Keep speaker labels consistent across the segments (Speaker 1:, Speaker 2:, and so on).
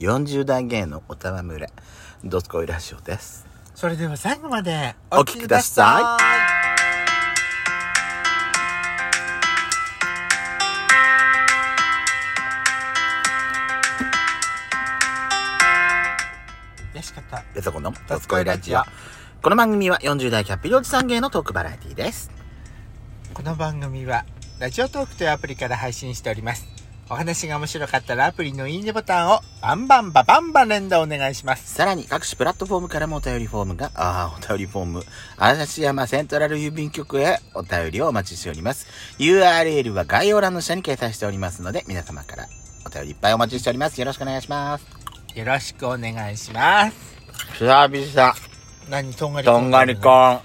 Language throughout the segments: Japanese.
Speaker 1: 40代芸のおたま村ドスコイラジオです
Speaker 2: それでは最後まで
Speaker 1: お聞きくださ
Speaker 2: い。よしかった。
Speaker 1: よそこのド
Speaker 2: ド
Speaker 1: ス
Speaker 2: ス
Speaker 1: コ
Speaker 2: コ
Speaker 1: イ
Speaker 2: イ
Speaker 1: ラ
Speaker 2: ラ
Speaker 1: ジ
Speaker 2: ジ
Speaker 1: オ
Speaker 2: オ
Speaker 1: この番組は40代キャッピリおじさん芸のトークバラエティです
Speaker 2: この番組は、ラジオトークというアプリから配信しております。お話が面白かったらアプリのいいねボタンをバンバンババンバン連打お願いします。
Speaker 1: さらに各種プラットフォームからもお便りフォームが、ああ、お便りフォーム、嵐山セントラル郵便局へお便りをお待ちしております。URL は概要欄の下に掲載しておりますので、皆様からお便りいっぱいお待ちしております。よろしくお願いします。
Speaker 2: よろしくお願いします。
Speaker 1: 久々、
Speaker 2: 何とんがりコー
Speaker 1: と
Speaker 2: ン
Speaker 1: んがりコーン。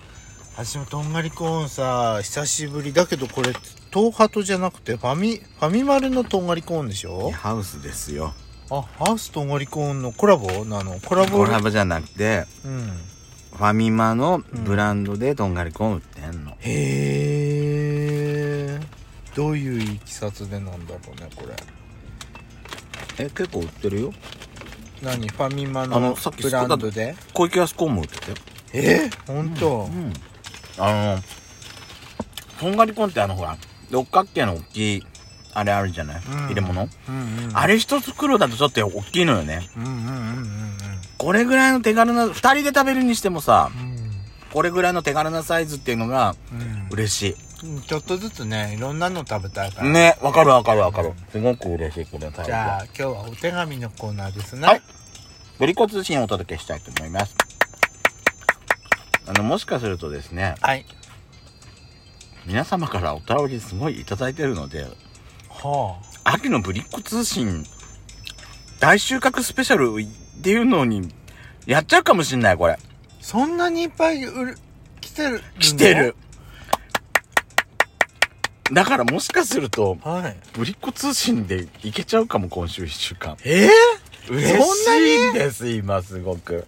Speaker 2: 私もとんがりコーンさ、久しぶりだけどこれ、東ハトじゃなくてファミ、ファミマルのとんがりコーンでしょ
Speaker 1: ハウスですよ。
Speaker 2: あ、ハウスとんがりコーンのコラボなのコラボ
Speaker 1: コラボじゃなくて、
Speaker 2: うん。
Speaker 1: ファミマのブランドでとんがりコーン売ってんの。
Speaker 2: へえどういういきさつでなんだろうねこれ
Speaker 1: え、結構売ってるよ。
Speaker 2: 何ファミマ
Speaker 1: あ
Speaker 2: の
Speaker 1: のさっき
Speaker 2: ブランドで
Speaker 1: 小池康子も売ってたよ。
Speaker 2: え本当、
Speaker 1: うん。あの、とんがりコーンってあのほら、六角形の大きい、あれあるじゃない、
Speaker 2: ん
Speaker 1: 入れ物。
Speaker 2: うんうん
Speaker 1: あれ一つ袋だとちょっと大きいのよね。
Speaker 2: うんうんうんうん
Speaker 1: これぐらいの手軽な、二人で食べるにしてもさ、
Speaker 2: う
Speaker 1: これぐらいの手軽なサイズっていうのが
Speaker 2: ん
Speaker 1: 嬉し
Speaker 2: うんちょっとずつねいろんなの食べたいか
Speaker 1: い。
Speaker 2: ら、
Speaker 1: ね、わかるわかるわかる。すごく嬉しい、これのサイズ
Speaker 2: じ
Speaker 1: は
Speaker 2: ゃあ今日はお手紙のコーナーですね
Speaker 1: はいブリコ通信をお届けしたいと思います。あの、もしかするとですね、
Speaker 2: はい
Speaker 1: 皆様からお便りすごいいただいてるので、
Speaker 2: は
Speaker 1: 秋のブリッコ通信大収穫スペシャルっていうのにやっちゃうかもしんないこれ
Speaker 2: あそんなにいっぱい売る来てるの
Speaker 1: 来てるだからもしかすると
Speaker 2: はい
Speaker 1: ブリッコ通信でいけちゃうかも今週1週間
Speaker 2: えー、
Speaker 1: 嬉しいんです今すごく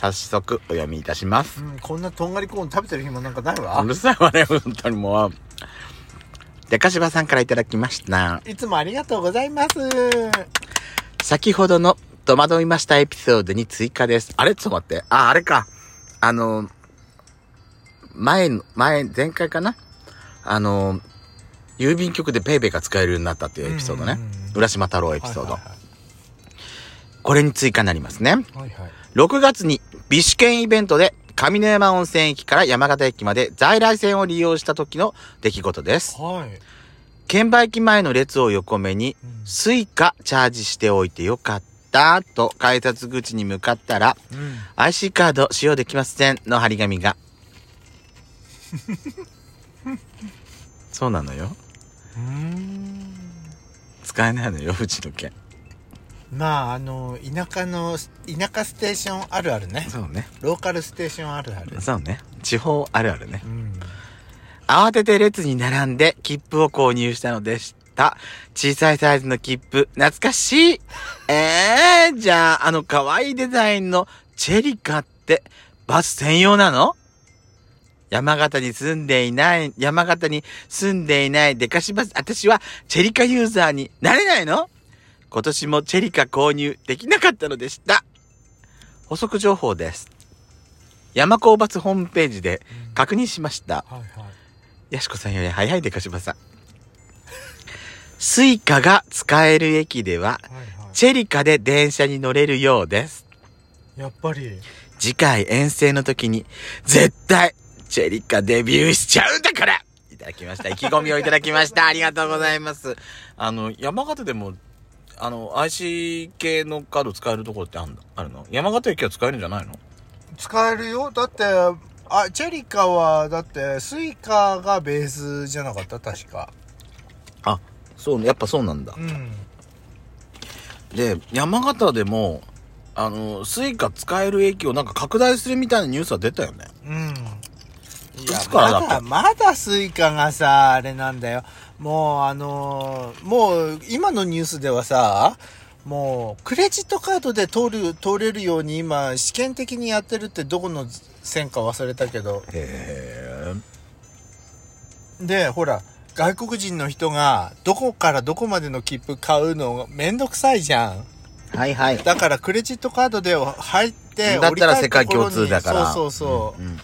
Speaker 1: 早速お読みいたします
Speaker 2: うん、こんなとんがりコーン食べてる暇なんかないうわ
Speaker 1: るさいわね本当にもうでかしばさんからいただきました
Speaker 2: いつもありがとうございます
Speaker 1: 先ほどの戸惑いましたエピソードに追加です。あれちょっと待って。あ、あれか。あの、前の、前、前回かなあの、郵便局でペイペイが使えるようになったっていうエピソードね。
Speaker 2: うんうんうん
Speaker 1: 浦島太郎エピソード。
Speaker 2: はいはいはい
Speaker 1: これに追加になりますね。
Speaker 2: はいはい。
Speaker 1: 6月に美酒券イベントで上沼山温泉駅から山形駅まで在来線を利用した時の出来事です。
Speaker 2: はい。
Speaker 1: 券売機前の列を横目に
Speaker 2: うん
Speaker 1: スイカチャージしておいてよかったと改札口に向かったら IC カード使用できませんの張り紙 がそうなのよ
Speaker 2: うん。
Speaker 1: 使えないのようちの券
Speaker 2: まあ、あの、田舎の、田舎ステーションあるあるね。
Speaker 1: そうね
Speaker 2: ローカルステーションあるある。
Speaker 1: そうね地方あるあるね
Speaker 2: うん。
Speaker 1: 慌てて列に並んで切符を購入したのでした小さいサイズの切符懐かしいえー、じゃああの可愛いデザインのチェリカってバス専用なの山形に住んでいない、山形に住んでいないデカシバス、私はチェリカユーザーになれないの今年もチェリカ購入できなかったのでした。補足情報です。山高バスホームページで確認しました。
Speaker 2: はいは
Speaker 1: やしこさんより早いでかしばさん。スイカが使える駅では、
Speaker 2: い。はいは
Speaker 1: チェリカで電車に乗れるようです。
Speaker 2: い。やっぱり。
Speaker 1: 次回遠征の時に、絶対、チェリカデビューしちゃうんだからいただきました。意気込みをいただきました。ありがとうございます。あの、山形でも、あの、IC 系のカード使えるところってあるのあるの山形駅は使えるんじゃないの
Speaker 2: 使えるよ。だって、あ、チェリカは、だって、スイカがベースじゃなかった確か。
Speaker 1: あ、そう、やっぱそうなんだ。
Speaker 2: ん。
Speaker 1: で山形でもあのスイカ使える駅をなんか拡大するみたいなニュースは出たよね
Speaker 2: うん。い
Speaker 1: いつからだっ
Speaker 2: ま
Speaker 1: け
Speaker 2: だ、まだスイカがさ、あれなんだよ。もう、あのーもう、今のニュースではさ、もう、クレジットカードで通る、通れるように今、試験的にやってるってどこの線か忘れたけど。
Speaker 1: へえ
Speaker 2: で、ほら、外国人の人がどこからどこまでの切符買うのめんどくさいじゃん。
Speaker 1: はいはい。
Speaker 2: だからクレジットカードで入って、
Speaker 1: だったら
Speaker 2: 降り
Speaker 1: 世
Speaker 2: たい
Speaker 1: 界
Speaker 2: ところ
Speaker 1: 共
Speaker 2: に
Speaker 1: 通だから。
Speaker 2: そうそうそうう。
Speaker 1: んうん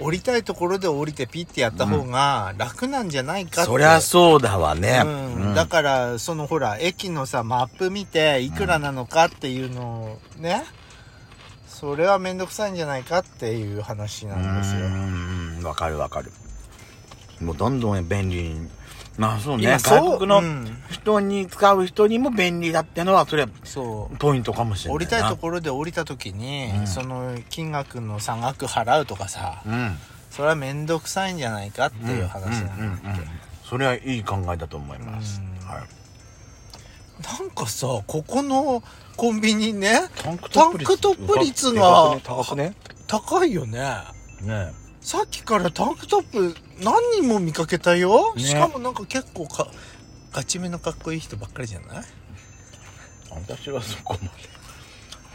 Speaker 2: 降りたいところで降りてピッてやった方が楽なんじゃないかって。
Speaker 1: そりゃそうだわね。
Speaker 2: うん
Speaker 1: うん
Speaker 2: だから、そのほら、駅のさ、マップ見て、いくらなのかっていうのをね、それはめんどくさいんじゃないかっていう話なんですよ。
Speaker 1: うんわかるわかるもうどんどん便利にまあそうね
Speaker 2: 今そう
Speaker 1: 外国の
Speaker 2: うん
Speaker 1: 人に使う人にも便利だってのはそれは
Speaker 2: そう。
Speaker 1: ポイントかもしれない
Speaker 2: 降りたいと
Speaker 1: こ
Speaker 2: ころで降りた時に、
Speaker 1: うん
Speaker 2: その金額の差額払うとかさ、
Speaker 1: うん
Speaker 2: それはめんどくさいんじゃないかっていう話なんだけど、
Speaker 1: うんうんうんそれはいい考えだと思います
Speaker 2: うん
Speaker 1: はい
Speaker 2: なんかさここのコンビニね
Speaker 1: タンク
Speaker 2: トップ率
Speaker 1: でかくね
Speaker 2: 高いよね
Speaker 1: 高くねね
Speaker 2: さっきからタンクトップ何人も見かけたよ、
Speaker 1: ね
Speaker 2: しかもなんか結構かガチめのかっこいい人ばっかりじゃない
Speaker 1: 私はそこまで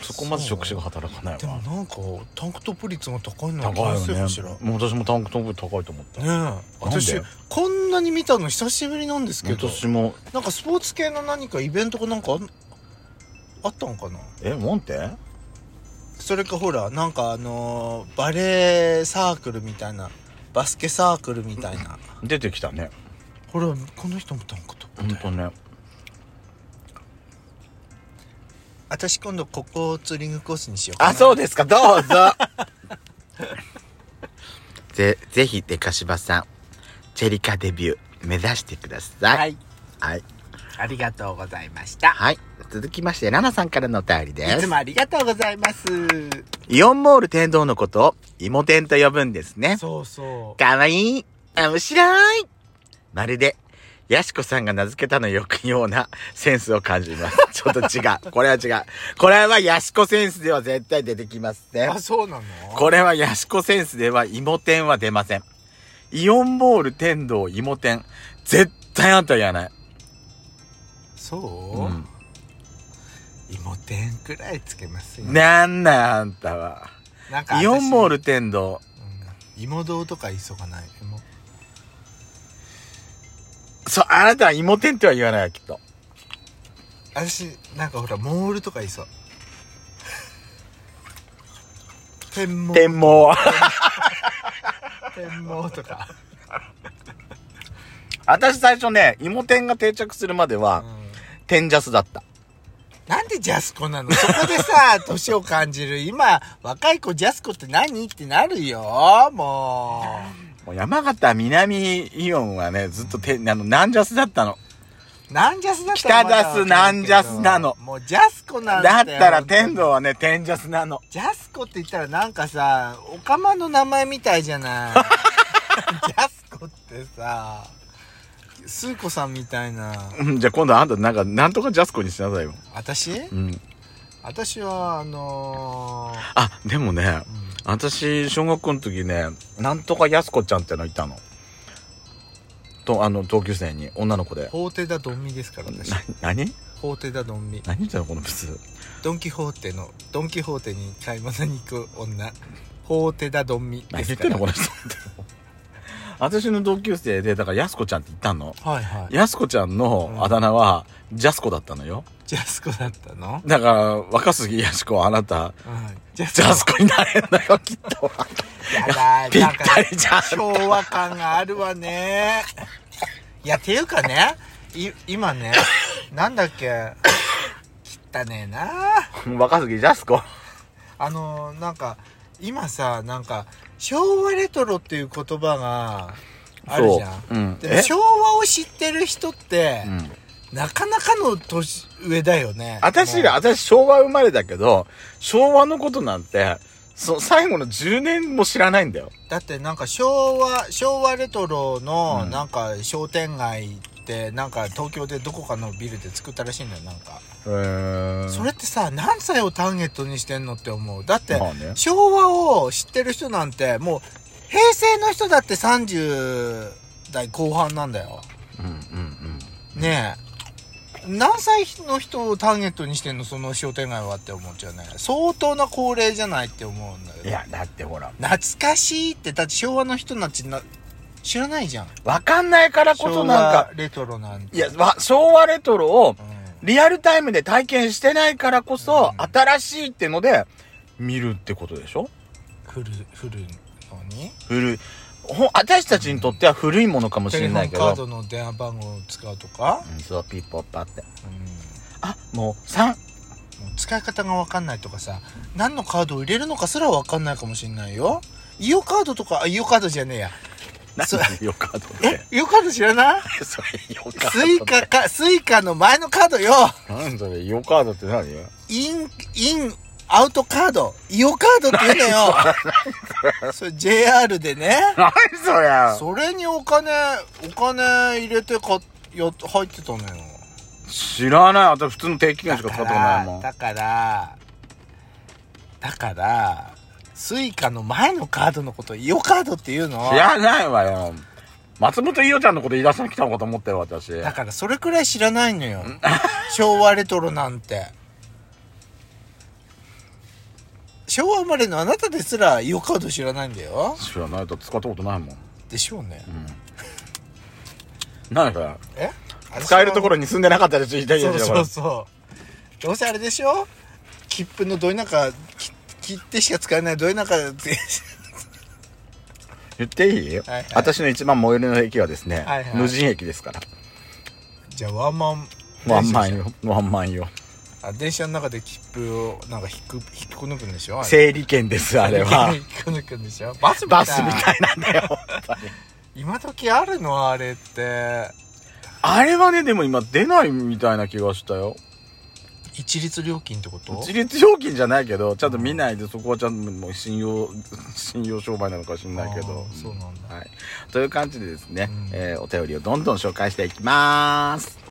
Speaker 1: そこまで職種が働かない
Speaker 2: でも
Speaker 1: わ
Speaker 2: なんかタンクトップ率が高いのは気
Speaker 1: 高
Speaker 2: の
Speaker 1: い
Speaker 2: せい
Speaker 1: よ
Speaker 2: か
Speaker 1: ね
Speaker 2: しらね
Speaker 1: もう私もタンクトップ高いと思った
Speaker 2: え私こんなに見たの久しぶりなんですけど
Speaker 1: 私も
Speaker 2: なんかスポーツ系の何かイベントかなんかあんあったのかな
Speaker 1: えモンテ
Speaker 2: それかほらなんかあのーバレーサークルみたいなバスケサークルみたいな
Speaker 1: 出てきたね
Speaker 2: ほらこの人もたんかと
Speaker 1: 本当ね
Speaker 2: 私今度ここをツーリングコースにしようかな
Speaker 1: あ、そうですか、どうぞ。 ぜ、ぜひ、デカシバさん、チェリカデビュー、目指してください。
Speaker 2: はい
Speaker 1: はい。
Speaker 2: ありがとうございました
Speaker 1: はい。続きまして、ナナさんからのお便りで
Speaker 2: い
Speaker 1: す
Speaker 2: つ。もありがとうございます
Speaker 1: イオンモール天童のことを、イモ天と呼ぶんですね。
Speaker 2: そうそ
Speaker 1: かわいい。面白い。まるで、ヤシコさんが名付けたのよくようなセンスを感じます。 ちょっと違う。これは違う。これはヤシコセンスでは絶対出てきますね。
Speaker 2: あそうなの
Speaker 1: これはヤシコセンスでは芋天は出ません。イオンボール天童芋天。絶対あんたやない。
Speaker 2: そう、
Speaker 1: うん
Speaker 2: 芋天くらいつけますよ
Speaker 1: なんなんあんたは。
Speaker 2: なんか私
Speaker 1: イオンボール天童。
Speaker 2: うん芋堂とか急がない芋
Speaker 1: そう、あなたは芋天っては言わないわ、きっと。
Speaker 2: 私なんかほらモールとかい そう天網
Speaker 1: 天網。
Speaker 2: 天網とか、
Speaker 1: 私最初ね、芋天が定着するまで
Speaker 2: う
Speaker 1: は、
Speaker 2: ん
Speaker 1: 天ジャスだった。
Speaker 2: なんでジャスコなのそこでさ 年を感じる今若い子ジャスコって何ってなるよも
Speaker 1: もう山形南イオンはね、ずっと天、あの、南ジャスだったの。
Speaker 2: うなんジャスだったらまわかるけ
Speaker 1: 北
Speaker 2: ど
Speaker 1: ダスなんジャスなの
Speaker 2: もうジャスコなんだ
Speaker 1: だっ
Speaker 2: よ
Speaker 1: たら天童はね、天ジャスなの。
Speaker 2: ジャスコって言ったらなんかさオカマの名前みたいじゃない ジャスコってさスー子さんみたいな
Speaker 1: うん、じゃあ今度あんたなんか、なんとかジャスコにしなさいよ。
Speaker 2: 私
Speaker 1: うん。
Speaker 2: 私はあの
Speaker 1: あ、でもね、
Speaker 2: ーうん
Speaker 1: 私小学校の時ねなんとかやす子ちゃんってのいたのとあの同級生に女の子で
Speaker 2: 法廷だドンミですから私
Speaker 1: な何
Speaker 2: 法廷だドンミ
Speaker 1: 何言ってたのこのブス
Speaker 2: ドン・キホーテのドン・キホーテに買い物に行く女ホーテだドンミで
Speaker 1: 何
Speaker 2: す
Speaker 1: 言っ
Speaker 2: か
Speaker 1: てん
Speaker 2: ら
Speaker 1: のこの人私の同級生でだからやす子ちゃんって言ったの
Speaker 2: はいはい
Speaker 1: やす子ちゃんのあだ名は、ジャスコだったのよ
Speaker 2: ジャスコだったの、
Speaker 1: だから若杉やす子はあなた
Speaker 2: うん、ジャス
Speaker 1: ジャスコになれんの よきっと
Speaker 2: やだ
Speaker 1: ぴっ
Speaker 2: なんか
Speaker 1: たりじゃん
Speaker 2: 昭和感があるわねいやっていうかねい今ねなんだっけ汚ねえな
Speaker 1: 若杉ジャスコ
Speaker 2: あのなんか今さなんか昭和レトロっていう言葉があるじゃん
Speaker 1: そう、うん、
Speaker 2: でも昭和を知ってる人って、
Speaker 1: うん
Speaker 2: なかなかの年上だよね。
Speaker 1: 私ら、
Speaker 2: も
Speaker 1: 私昭和生まれだけど、昭和のことなんて、そ最後の10年も知らないんだよ。
Speaker 2: うだってなんか昭和、昭和レトロの
Speaker 1: うん
Speaker 2: なんか商店街ってなんか東京でどこかのビルで作ったらしいんだよ、なんか。それってさ、何歳をターゲットにしてんのって思う。だって、
Speaker 1: まあね
Speaker 2: 昭和を知ってる人なんてもう平成の人だって30代後半なんだよ。
Speaker 1: うんうん
Speaker 2: ねえ。何歳の人をターゲットにしてんのその商店街はって思っちゃうね。相当な高齢じゃないって思うんだけ
Speaker 1: うん。
Speaker 2: ど。
Speaker 1: いや、だってほら、
Speaker 2: 懐かしいってだって昭和の人たちな知らないじゃん。
Speaker 1: わかんないからこそなんか
Speaker 2: 昭和、レトロなんて。
Speaker 1: いや、わ昭和レトロを
Speaker 2: うん、
Speaker 1: リアルタイムで体験してないからこそ、
Speaker 2: うん
Speaker 1: 新しいってので、見るってことでしょ
Speaker 2: 古、古いのに
Speaker 1: 古い。ほん私たちにとっては古いものかもし
Speaker 2: テ
Speaker 1: れ
Speaker 2: レフ
Speaker 1: な
Speaker 2: ォ
Speaker 1: い
Speaker 2: ン
Speaker 1: け
Speaker 2: カ
Speaker 1: ど
Speaker 2: ー。ドの電話番号を使うとか、
Speaker 1: うんそう、ピッポッパって。
Speaker 2: うん
Speaker 1: あ、もう3。
Speaker 2: もう使い方がわかんないとかさ、何のカードを入れるのかすらわかんないかもしれないよ。イオカードとか、あ、イオカードじゃねえや。
Speaker 1: 何
Speaker 2: そう
Speaker 1: だよカードって。
Speaker 2: イオカード知 らない
Speaker 1: それよカード
Speaker 2: スイカか、スイカの前のカードよ。
Speaker 1: なんそれよカードって何よ
Speaker 2: イン、イン、アウトカード、イオカードって言 うのよ。それ JR でね。
Speaker 1: 何それ
Speaker 2: それにお金、お金入れてか、や、入ってたのよ。
Speaker 1: 知らない。私普通の定期券しか使ったことないもん。
Speaker 2: だから、だから、だからスイカの前のカードのこと、イオカードって言うの
Speaker 1: 知。らないわよ。松本伊代ちゃんのこと言い出しに来たのかと思ったよ、私。
Speaker 2: だからそれくらい知らないのよ。 昭和レトロなんて。昭和生まれのあなたですらイオカード知らないんだよ。
Speaker 1: 知らないと使ったことないもん。
Speaker 2: でしょうね。
Speaker 1: 何それ
Speaker 2: え
Speaker 1: 使えるとこ
Speaker 2: ろ
Speaker 1: ろに住んでなかったでしょ、言いたい
Speaker 2: そう
Speaker 1: でしょ。こ
Speaker 2: そ
Speaker 1: れ
Speaker 2: うそうどうせあれでしょ切符のどい中き切ってしか使えないどい中で
Speaker 1: 言っていい、
Speaker 2: はいはい
Speaker 1: 私の一番最寄りの駅はですね、
Speaker 2: はいはい
Speaker 1: 無人駅ですから。
Speaker 2: じゃあワンマン
Speaker 1: ワンマンよ。ワンマンよ。
Speaker 2: あ電車の中で切符をなんか引く引っこ抜くんでしょあれ
Speaker 1: 整理券です、あれは
Speaker 2: 引。っこ抜くんでしょバスみたい
Speaker 1: バスみたいなんだよ。
Speaker 2: 今時あるのあれって
Speaker 1: あれはね、でも今出ないみたいな気がしたよ。
Speaker 2: 一律料金ってこと
Speaker 1: 自立料金じゃないけど、ちゃんと見ないで、そこはちゃんともう信用、 信用商売なのかもしれないけど
Speaker 2: あ。ーそうなんだ
Speaker 1: はい。という感じでですね、
Speaker 2: うん
Speaker 1: えーお便りをどんどん紹介していきます。